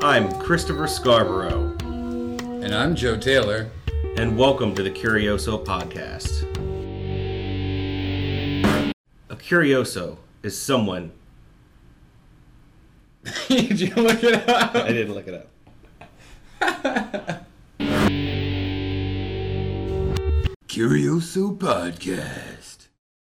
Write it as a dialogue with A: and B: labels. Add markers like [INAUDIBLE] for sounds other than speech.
A: I'm Christopher Scarborough,
B: And I'm Joe Taylor.
A: and welcome to the Curioso Podcast. A curioso is someone.
B: [LAUGHS] Did you look it up?
A: I didn't look it up.
B: Curioso Podcast.